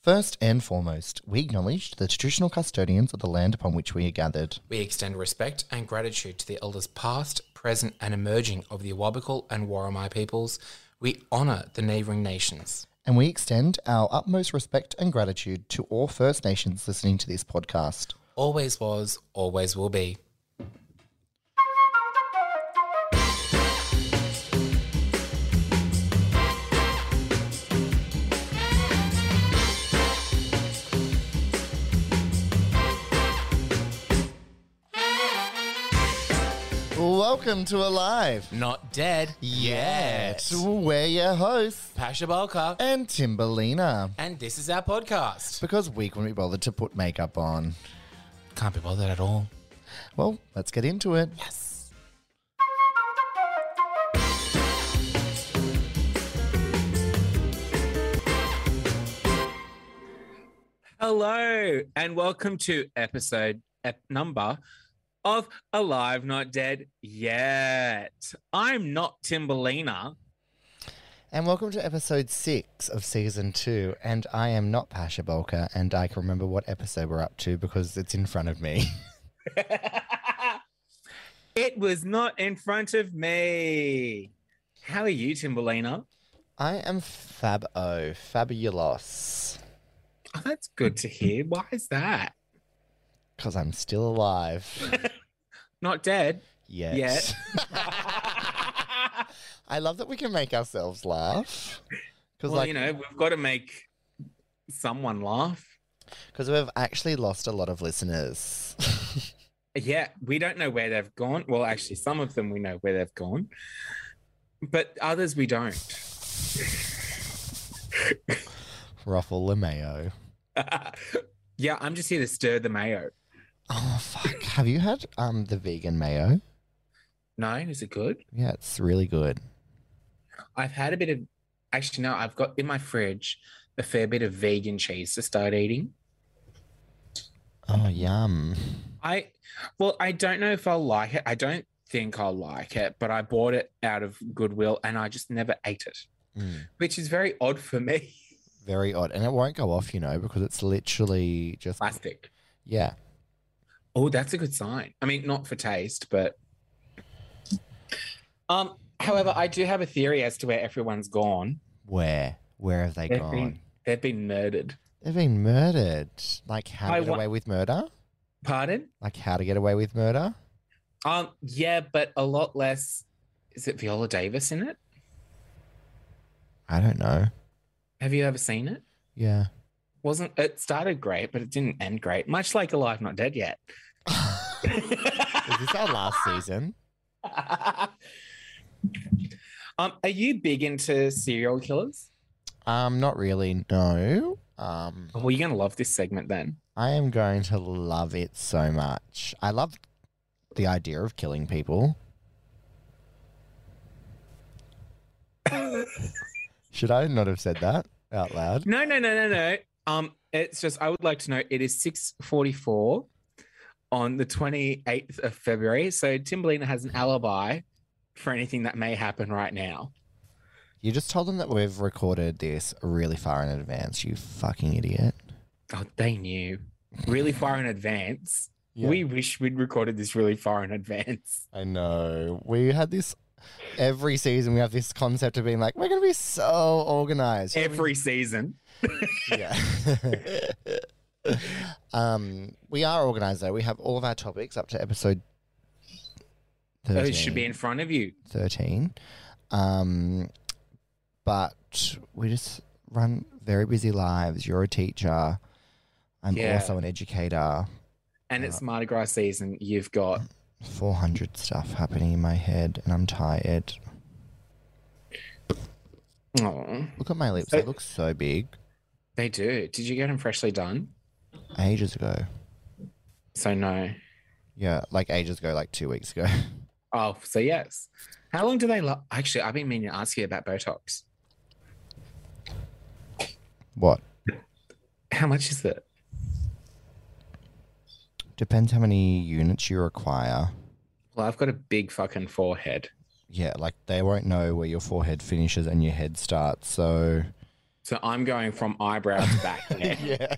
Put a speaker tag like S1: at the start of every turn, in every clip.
S1: First and foremost, we acknowledge the traditional custodians of the land upon which we are gathered.
S2: We extend respect and gratitude to the elders past, present, and emerging of the Awabakal and Warramai peoples. We honour the neighbouring nations.
S1: And we extend our utmost respect and gratitude to all First Nations listening to this podcast.
S2: Always was, always will be.
S1: Welcome to Alive
S2: Not dead yet.
S1: We're your hosts
S2: Pasha Balka,
S1: and Timberlina.
S2: and this is our podcast.
S1: Because we couldn't be bothered to put makeup on.
S2: Can't be bothered at all.
S1: Well, let's get into it.
S2: Yes.
S3: Hello and welcome to episode ep- number of Alive Not Dead Yet. I'm not Timberlina.
S1: And welcome to episode six of season two. And I am not Pasha Bolka, and I can remember what episode we're up to because it's in front of me.
S3: it was not in front of me. How are you, Timberlina?
S1: I am Fab O, Fabulous,
S3: Oh, that's good to hear. Why is that?
S1: because I'm still alive.
S3: Not dead
S1: Yes.
S3: yet.
S1: I love that we can make ourselves laugh. Because
S3: well,
S1: like,
S3: you know, we've got to make someone laugh.
S1: because we've actually lost a lot of listeners.
S3: Yeah, we don't know where they've gone. Well, actually, some of them we know where they've gone, but others we don't.
S1: Ruffle LeMayo.
S3: yeah, I'm just here to stir the mayo.
S1: Oh fuck! Have you had um the vegan mayo?
S3: No, is it good?
S1: Yeah, it's really good.
S3: I've had a bit of, actually, no, I've got in my fridge a fair bit of vegan cheese to start eating.
S1: Oh yum!
S3: I, well, I don't know if I'll like it. I don't think I'll like it, but I bought it out of Goodwill and I just never ate it,
S1: Mm,
S3: which is very odd for me.
S1: very odd, and it won't go off, you know, because it's literally just
S3: Plastic.
S1: yeah.
S3: Oh, that's a good sign. I mean, not for taste, but um, however, I do have a theory as to where everyone's gone.
S1: Where where have they
S3: They've
S1: gone?
S3: been, they've been murdered.
S1: They've been murdered. Like how
S3: I
S1: to get
S3: wa-
S1: away with murder?
S3: Pardon?
S1: Like how to get away with murder?
S3: Um, yeah, but a lot less. Is it Viola Davis in it?
S1: I don't know.
S3: Have you ever seen it?
S1: Yeah.
S3: Wasn't it started great, but it didn't end great. Much like Alive Not Dead Yet.
S1: Is this our last season?
S3: um, are you big into serial killers?
S1: Um, not really. No. Um,
S3: Well, you're gonna love this segment then.
S1: I am going to love it so much. I love the idea of killing people. Should I not have said that out loud?
S3: No, no, no, no, no. Um, it's just I would like to know it is six forty four on the twenty eighth of February. So Timberlina has an alibi for anything that may happen right now.
S1: You just told them that we've recorded this really far in advance. You fucking idiot.
S3: Oh, they knew really far in advance.
S1: Yeah.
S3: We wish we'd recorded this really far in advance.
S1: I know. We had this every season. We have this concept of being like, we're going to be so organized.
S3: Every season.
S1: yeah. um, we are organized though. We have all of our topics up to episode. 13,
S3: Oh, It should be in front of you.
S1: thirteen. Um, but we just run very busy lives. You're a teacher. I'm
S3: Yeah.
S1: also an educator.
S3: And it's Mardi Gras season. You've got
S1: Four hundred stuff happening in my head, and I'm tired.
S3: oh
S1: Look at my lips; they look so big.
S3: they do. Did you get them freshly done?
S1: Ages ago,
S3: So no.
S1: yeah, like ages ago, like two weeks ago.
S3: Oh, so yes. How long do they last? Actually, I've been meaning to ask you about Botox.
S1: what?
S3: How much is it?
S1: Depends how many units you require.
S3: Well, I've got a big fucking forehead.
S1: yeah, like they won't know where your forehead finishes and your head starts. So
S3: So I'm going from eyebrow to back. neck.
S1: yeah.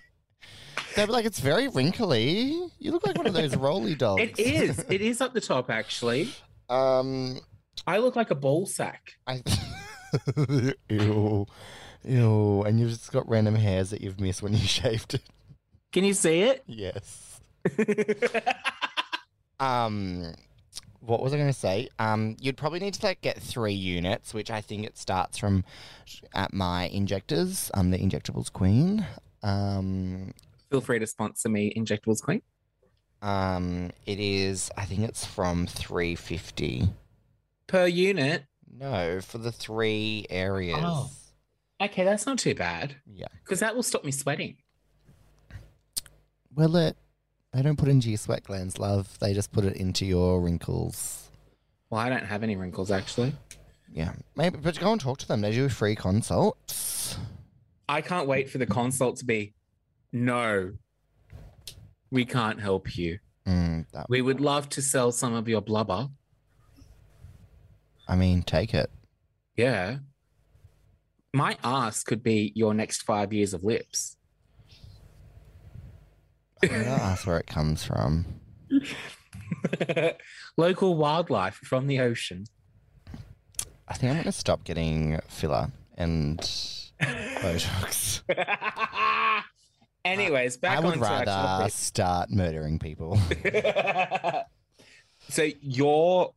S1: They'd be like, it's very wrinkly. You look like one of those roly dolls.
S3: It is. It is up the top, actually.
S1: Um,
S3: I look like a ball sack.
S1: I. Ew. Ew. And you've just got random hairs that you've missed when you shaved it.
S3: Can you see it?
S1: Yes. um what was i going to say um you'd probably need to like get three units which i think it starts from sh- at my injectors i'm the injectables queen um
S3: Feel free to sponsor me, Injectables Clean.
S1: um it is i think it's from 350
S3: Per unit.
S1: no for the three areas
S3: Oh. Okay, that's not too bad.
S1: yeah
S3: Because that will stop me sweating.
S1: well it they don't put into your sweat glands love they just put it into your wrinkles
S3: Well, I don't have any wrinkles, actually.
S1: yeah maybe but go and talk to them they do free consults
S3: I can't wait for the consult to be no, we can't help you.
S1: mm, that,
S3: We would love to sell some of your blubber.
S1: i mean take it
S3: Yeah. My ass could be your next five years of lips.
S1: I don't know, that's where it comes from.
S3: Local wildlife from the ocean.
S1: I think I'm going to stop getting filler and Botox.
S3: Anyways, back
S1: I would
S3: on to our
S1: rather
S3: topic.
S1: start murdering people.
S3: so you're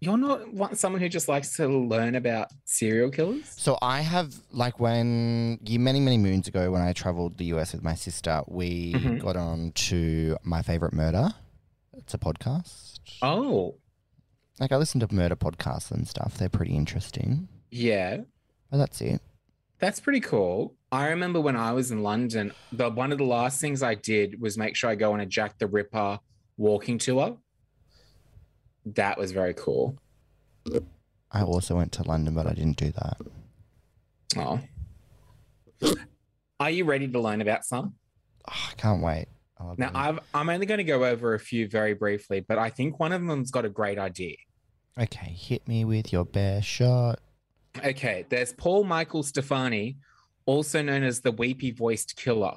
S3: you're not one, someone who just likes to learn about serial killers.
S1: So I have like when ye- many many moons ago when I traveled the US with my sister, we
S3: Mhm.
S1: got on to my favorite murder. It's a podcast.
S3: Oh,
S1: Like I listen to murder podcasts and stuff. They're pretty interesting.
S3: yeah,
S1: But that's it.
S3: that's pretty cool. I remember when I was in London, the one of the last things I did was make sure I go on a Jack the Ripper walking tour. That was very cool.
S1: I also went to London, but I didn't do that.
S3: Oh, are you ready to learn about some?
S1: Ah, I can't wait. I love
S3: Now,
S1: them.
S3: I've, I'm only going to go over a few very briefly, but I think one of them's got a great idea.
S1: okay, hit me with your best shot.
S3: Okay, there's Paul Michael Stefani, also known as the weepy voiced killer.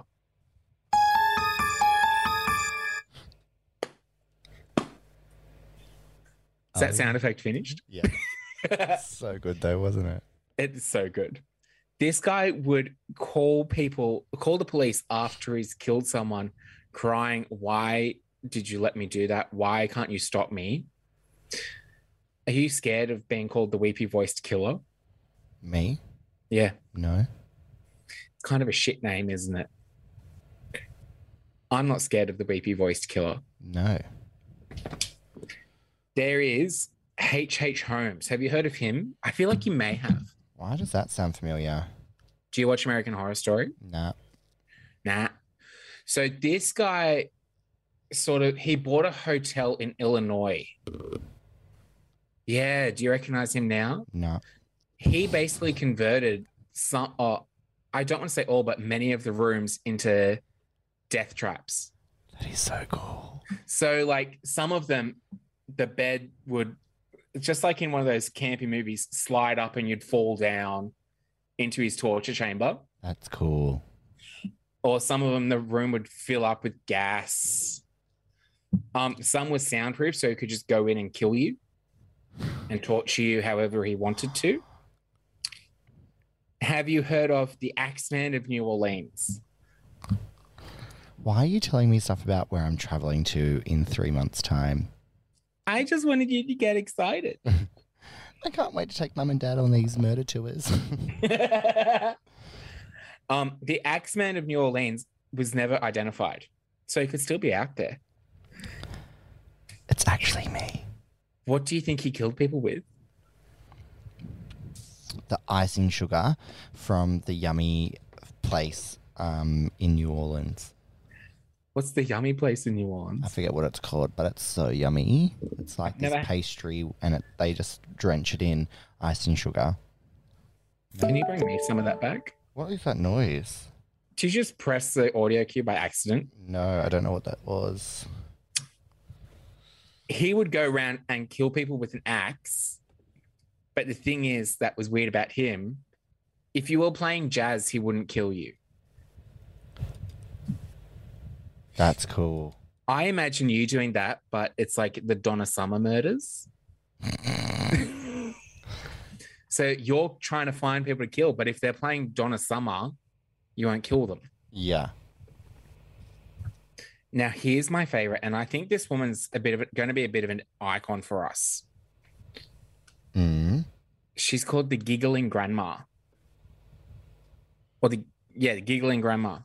S1: Oh.
S3: Is that sound effect finished?
S1: Yeah. so good though, wasn't it?
S3: it's so good. This guy would call people, call the police after he's killed someone, crying, Why did you let me do that? Why can't you stop me? Are you scared of being called the weepy voiced killer?
S1: Me?
S3: Yeah.
S1: No.
S3: It's kind of a shit name, isn't it? I'm not scared of the weepy voiced killer.
S1: No.
S3: There is H.H. H. Holmes. Have you heard of him? I feel like you may have.
S1: Why does that sound familiar?
S3: Do you watch American Horror Story?
S1: Nah.
S3: Nah. So this guy sort of he bought a hotel in Illinois. Yeah, do you recognize him now?
S1: No.
S3: He basically converted some uh, I don't want to say all, but many of the rooms into death traps.
S1: That is so cool.
S3: So like some of them, the bed would just like in one of those campy movies, slide up and you'd fall down into his torture chamber.
S1: That's cool.
S3: Or some of them, the room would fill up with gas. Um, some were soundproof, so he could just go in and kill you and torture you however he wanted to. Have you heard of the Axeman of New Orleans?
S1: Why are you telling me stuff about where I'm traveling to in three months' time?
S3: I just wanted you to get excited.
S1: I can't wait to take mum and dad on these murder tours.
S3: um, the Axeman of New Orleans was never identified, so he could still be out there.
S1: it's actually me.
S3: What do you think he killed people with?
S1: The icing sugar from the yummy place um, in New Orleans.
S3: What's the yummy place in New
S1: I
S3: Orleans?
S1: forget what it's called, but it's so yummy. It's like this
S3: Never-
S1: pastry, and it, they just drench it in icing sugar.
S3: Can you bring me some of that back?
S1: What is that noise?
S3: Did you just press the audio cue by accident?
S1: No, I don't know what that was.
S3: He would go around and kill people with an axe. But the thing is, that was weird about him. If you were playing jazz, he wouldn't kill you.
S1: That's cool.
S3: I imagine you doing that, but it's like the Donna Summer murders. so you're trying to find people to kill, but if they're playing Donna Summer, you won't kill them.
S1: Yeah.
S3: Now, here's my favorite, and I think this woman's a bit of going to be a bit of an icon for us.
S1: Mm.
S3: She's called the giggling grandma, or the yeah, the giggling grandma.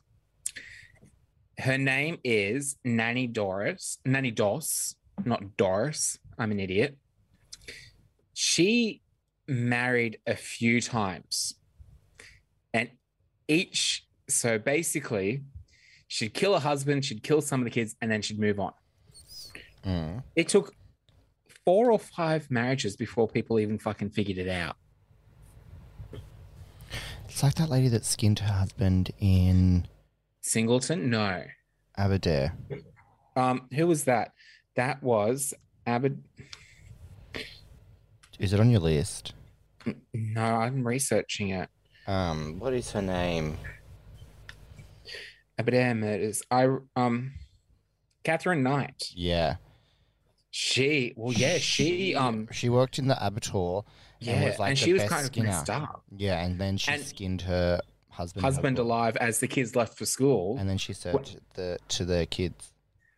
S3: Her name is Nanny Doris. Nanny Doss, not Doris. I'm an idiot. She married a few times, and each so basically, she'd kill her husband, she'd kill some of the kids, and then she'd move on.
S1: Mm.
S3: It took four or five marriages before people even fucking figured it out.
S1: It's like that lady that skinned her husband in
S3: Singleton? No.
S1: Aberdare.
S3: Um, who was that? That was Abbott.
S1: Is it on your list?
S3: No, I'm researching it.
S1: Um, what is her name?
S3: Abadir murders. I um, Catherine Knight.
S1: Yeah.
S3: She. Well, yeah, she. Um,
S1: She worked in the abattoir.
S3: yeah,
S1: and,
S3: and,
S1: was like the
S3: she was
S1: best
S3: kind of
S1: skinner.
S3: messed up.
S1: Yeah, and then she
S3: And-
S1: skinned her husband.
S3: Husband
S1: alive.
S3: alive as the kids left for school.
S1: And then she served the to the kids.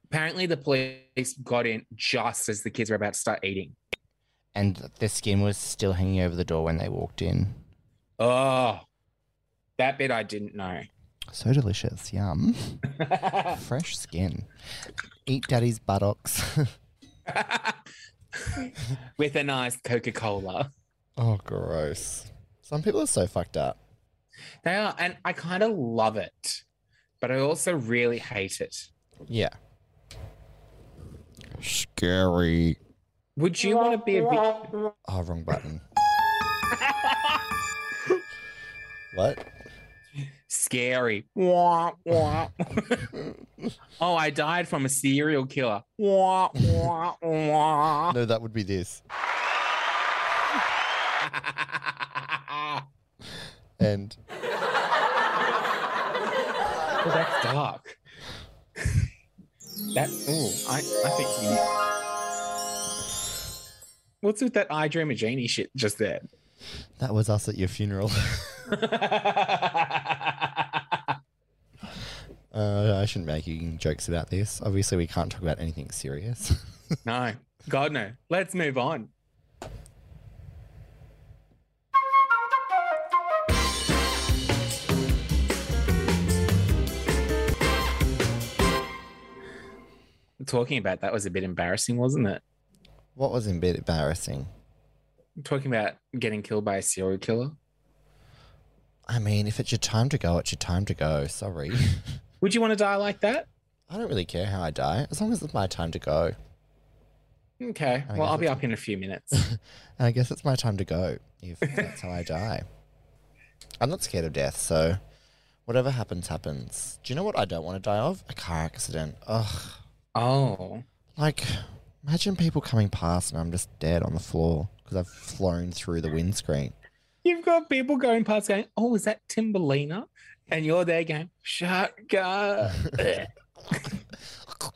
S3: Apparently, the police got in just as the kids were about to start eating.
S1: And their skin was still hanging over the door when they walked in.
S3: Oh, that bit I didn't know.
S1: So delicious, yum. Fresh skin. Eat daddy's buttocks.
S3: With a nice Coca Cola.
S1: oh, gross. Some people are so fucked up.
S3: They are, and I kind of love it, but I also really hate it.
S1: Yeah. Scary.
S3: Would you want to be a vic-
S1: Oh, wrong button. what?
S3: scary? Wah, wah. oh, I died from a serial killer. Wah, wah, wah.
S1: No, that would be this. And
S3: Well, that's dark. that oh, I I think. We, what's with that I dream a genie shit just there?
S1: that was us at your funeral. Uh, I shouldn't be making jokes about this. Obviously, we can't talk about anything serious.
S3: no, God no. Let's move on. Talking about that was a bit embarrassing, wasn't it?
S1: what was a bit embarrassing?
S3: Talking about getting killed by a serial killer.
S1: I mean, if it's your time to go, it's your time to go. Sorry.
S3: Would you want to die like that?
S1: I don't really care how I die, as long as it's my time to go.
S3: Okay.
S1: I
S3: well,
S1: guess
S3: I'll be
S1: that's-
S3: up in a few minutes.
S1: And I guess it's my time to go if that's how I die. I'm not scared of death, so whatever happens, happens. Do you know what I don't want to die of? A car accident. Ugh.
S3: oh,
S1: Like, imagine people coming past and I'm just dead on the floor because I've flown through the windscreen.
S3: you've got people going past going, "Oh, is that Timberlina?" And you're there going, "Shotgun."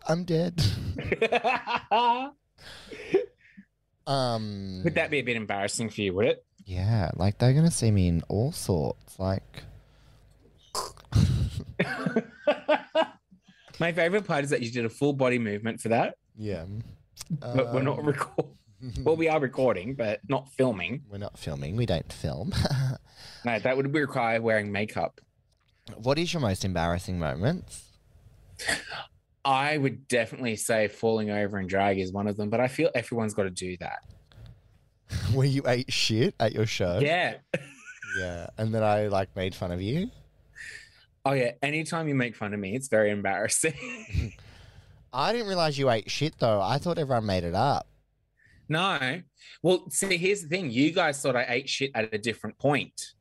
S1: I'm dead.
S3: Would
S1: Um,
S3: that be a bit embarrassing for you? Would it?
S1: Yeah, like they're gonna see me in all sorts. Like,
S3: My favorite part is that you did a full body movement for that,
S1: yeah, Um,
S3: but we're not recording. Well, we are recording, but not filming.
S1: we're not filming. We don't film.
S3: No, that would require wearing makeup.
S1: what is your most embarrassing moments?
S3: I would definitely say falling over and drag is one of them, but I feel everyone's got to do that.
S1: Where you ate shit at your show?
S3: Yeah.
S1: Yeah, and then I like made fun of you.
S3: Oh yeah. Anytime you make fun of me, it's very embarrassing.
S1: I didn't realize you ate shit though. I thought everyone made it up.
S3: no. Well, see, here's the thing. You guys thought I ate shit at a different point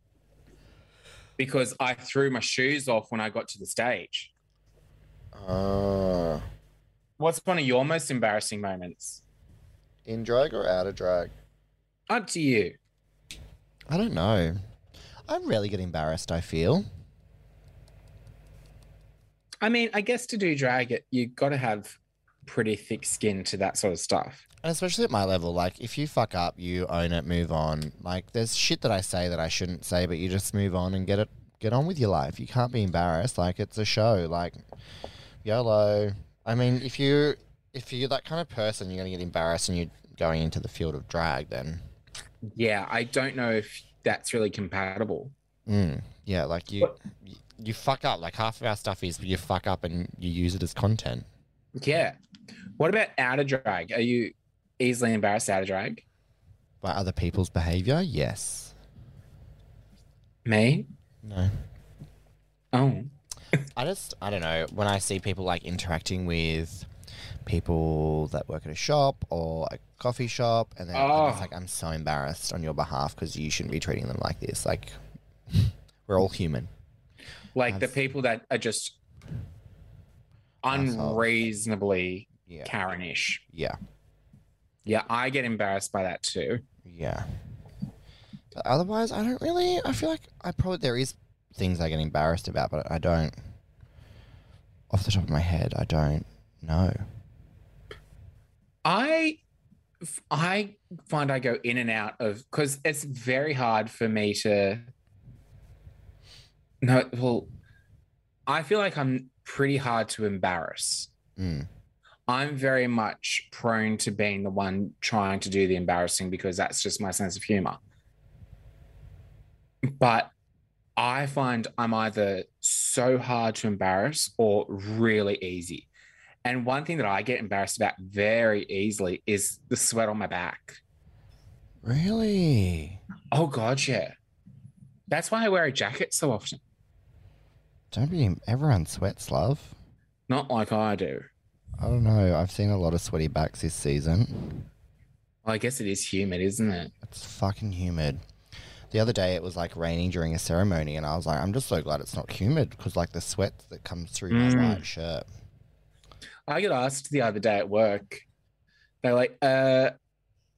S3: because I threw my shoes off when I got to the stage.
S1: Oh,
S3: What's one of your most embarrassing moments?
S1: in drag or out of drag?
S3: Up to you.
S1: I don't know. I really get embarrassed, I feel.
S3: I mean, I guess to do drag, it you got to have pretty thick skin to that sort of stuff.
S1: And especially at my level, like if you fuck up, you own it, move on. Like there's shit that I say that I shouldn't say, but you just move on and get it get on with your life. You can't be embarrassed. Like it's a show. Like YOLO. I mean, if you if you're that kind of person, you're gonna get embarrassed and you're going into the field of drag then.
S3: Yeah, I don't know if that's really compatible.
S1: Mm, yeah, like you y- you fuck up. Like half of our stuff is you fuck up and you use it as content.
S3: Yeah. What about out of drag? Are you easily embarrassed out of drag?
S1: By other people's behaviour, yes.
S3: Me?
S1: No.
S3: Oh,
S1: I just, I don't know. When I see people like interacting with people that work at a shop or a coffee shop, and then I'm just
S3: Oh.
S1: like, I'm so embarrassed on your behalf because you shouldn't be treating them like this. Like, we're all human.
S3: like the
S1: That's-
S3: people that are just
S1: Assholes.
S3: unreasonably
S1: Yeah.
S3: Karenish.
S1: yeah.
S3: Yeah, I get embarrassed by that too.
S1: Yeah. But otherwise, I don't really. I feel like I probably there is things I get embarrassed about, but I don't. Off the top of my head, I don't know.
S3: I f- I find I go in and out of because it's very hard for me to. No, well, I feel like I'm pretty hard to embarrass.
S1: Mm.
S3: I'm very much prone to being the one trying to do the embarrassing because that's just my sense of humor. But I find I'm either so hard to embarrass or really easy. And one thing that I get embarrassed about very easily is the sweat on my back.
S1: Really?
S3: Oh, God, yeah. That's why I wear a jacket so often.
S1: Don't be. Everyone sweats, love.
S3: Not like I do.
S1: I don't know. I've seen a lot of sweaty backs this season.
S3: Well, I guess it is humid, isn't it?
S1: It's fucking humid. The other day it was like raining during a ceremony, and I was like, I'm just so glad it's not humid because like the sweat that comes through my
S3: Mm.
S1: white shirt.
S3: I got asked the other day at work, they're like, uh,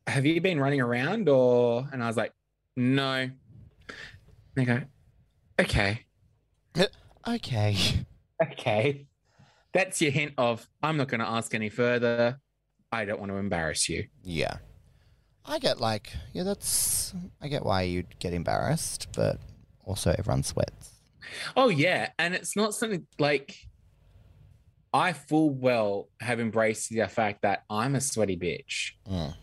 S3: have you been running around or? And I was like, no. They go, okay.
S1: Okay.
S3: Okay. That's your hint of, I'm not going to ask any further. I don't want to embarrass you.
S1: Yeah. I get like, yeah, that's, I get why you'd get embarrassed, but also everyone sweats.
S3: Oh, yeah. And it's not something like I full well have embraced the fact that I'm a sweaty bitch.
S1: Mm.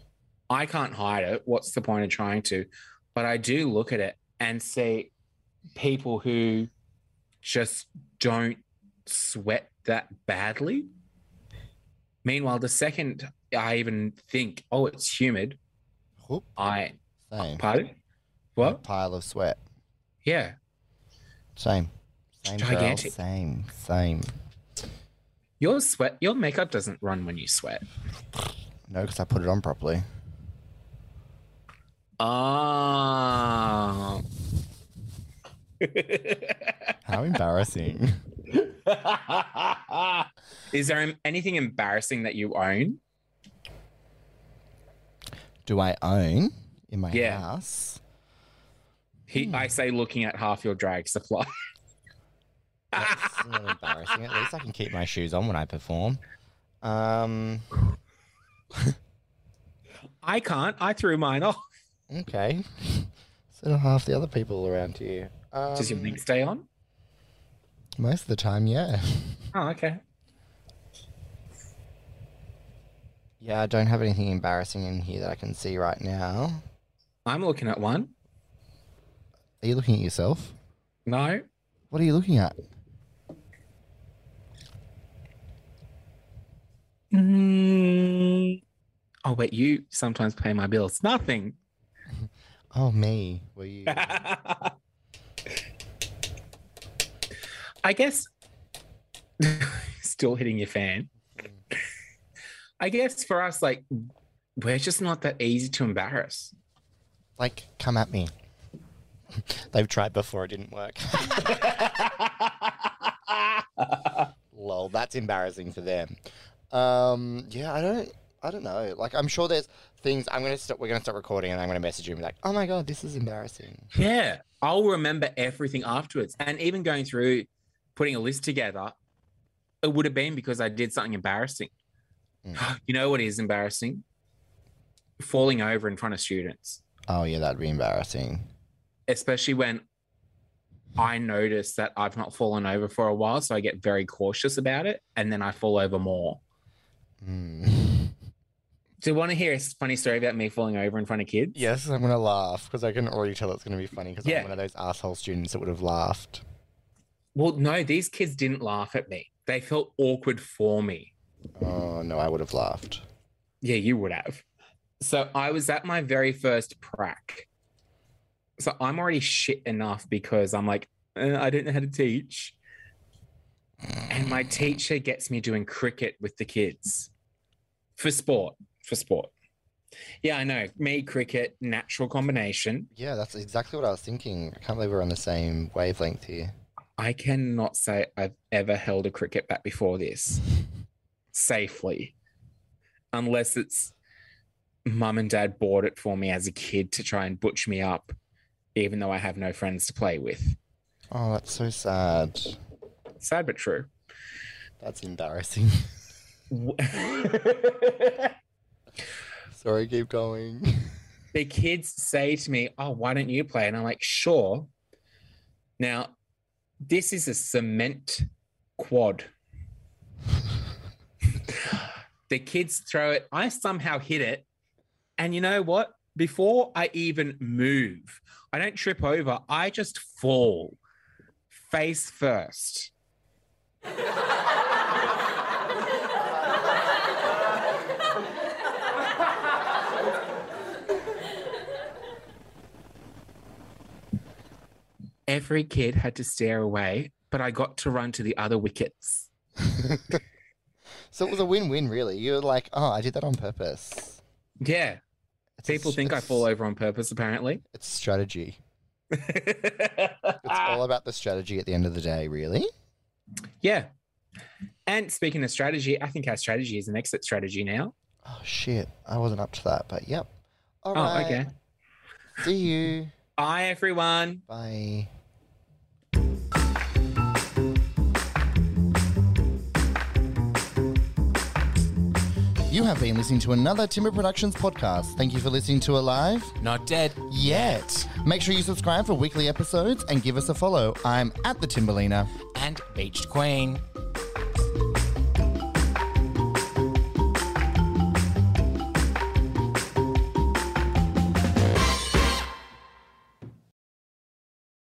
S3: I can't hide it. What's the point of trying to? But I do look at it and see people who just don't sweat that badly. Meanwhile, the second I even think, oh, it's humid,
S1: Whoop.
S3: I
S1: Same.
S3: pardon? What?
S1: Pile of sweat.
S3: Yeah.
S1: Same. Same. girl,
S3: Gigantic.
S1: Same. Same.
S3: Your sweat your makeup doesn't run when you sweat.
S1: No, because I put it on properly.
S3: Ah.
S1: How embarrassing.
S3: Is there anything embarrassing that you own?
S1: Do I own in my
S3: Yeah.
S1: house?
S3: He, I say looking at half your drag supply.
S1: That's not embarrassing. At least I can keep my shoes on when I perform. Um,
S3: I can't. I threw mine off.
S1: okay. so do half the other people around here. Um,
S3: Does your link stay on?
S1: most of the time, yeah.
S3: Oh, okay.
S1: Yeah, I don't have anything embarrassing in here that I can see right now.
S3: I'm looking at one.
S1: Are you looking at yourself?
S3: No.
S1: What are you looking at?
S3: Mm. Oh, but you sometimes pay my bills. Nothing.
S1: Oh, me. Were you?
S3: I guess still hitting your fan. I guess for us, like, we're just not that easy to embarrass.
S1: like, come at me. They've tried before, it didn't work. Lol, that's embarrassing for them. Um, yeah, I don't. I don't know. Like, I'm sure there's things I'm gonna stop. We're gonna stop recording, and I'm gonna message you and be like, "Oh my god, this is embarrassing."
S3: Yeah. I'll remember everything afterwards. And even going through putting a list together, it would have been because I did something embarrassing.
S1: Mm.
S3: You know what is embarrassing? Falling over in front of students,
S1: Oh yeah, that'd be embarrassing.
S3: especially when I notice that I've not fallen over for a while. So I get very cautious about it. And then I fall over more.
S1: Mm.
S3: Do you want to hear a funny story about me falling over in front of kids?
S1: Yes, I'm gonna laugh because I can already tell it's gonna be funny because
S3: Yeah.
S1: I'm one of those asshole students that would have laughed.
S3: Well, no, these kids didn't laugh at me. They felt awkward for me.
S1: Oh no, I would have laughed.
S3: Yeah, you would have. So I was at my very first prac. So I'm already shit enough because I'm like, uh, I don't know how to teach. And my teacher gets me doing cricket with the kids for sport, for sport. Yeah, I know. Me, cricket, natural combination.
S1: Yeah, that's exactly what I was thinking. I can't believe we're on the same wavelength here.
S3: I cannot say I've ever held a cricket bat before this safely, unless it's mum and dad bought it for me as a kid to try and butch me up, even though I have no friends to play with.
S1: Oh, that's so sad.
S3: Sad but true.
S1: That's embarrassing. Sorry, keep going.
S3: the kids say to me, Oh, why don't you play? And I'm like, Sure. Now, this is a cement quad. the kids throw it. I somehow hit it. And you know what? Before I even move, I don't trip over, I just fall face first. every kid had to stare away, but I got to run to the other wickets.
S1: So it was a win-win, really. You were like, "Oh, I did that on purpose."
S3: Yeah,
S1: It's a
S3: people
S1: s-
S3: think I
S1: it's-
S3: fall over on purpose, apparently.
S1: It's strategy. It's
S3: Ah.
S1: all about the strategy at the end of the day, really.
S3: yeah. And speaking of strategy, I think our strategy is an exit strategy now.
S1: Oh shit, I wasn't up to that, but yep. All
S3: Oh,
S1: right.
S3: okay.
S1: See you.
S3: Bye, everyone.
S1: Bye. You have been listening to another Timber Productions podcast. Thank you for listening to Alive
S2: Not dead.
S1: Yet. Make sure you subscribe for weekly episodes and give us a follow. I'm at the Timberlina.
S2: And beached queen.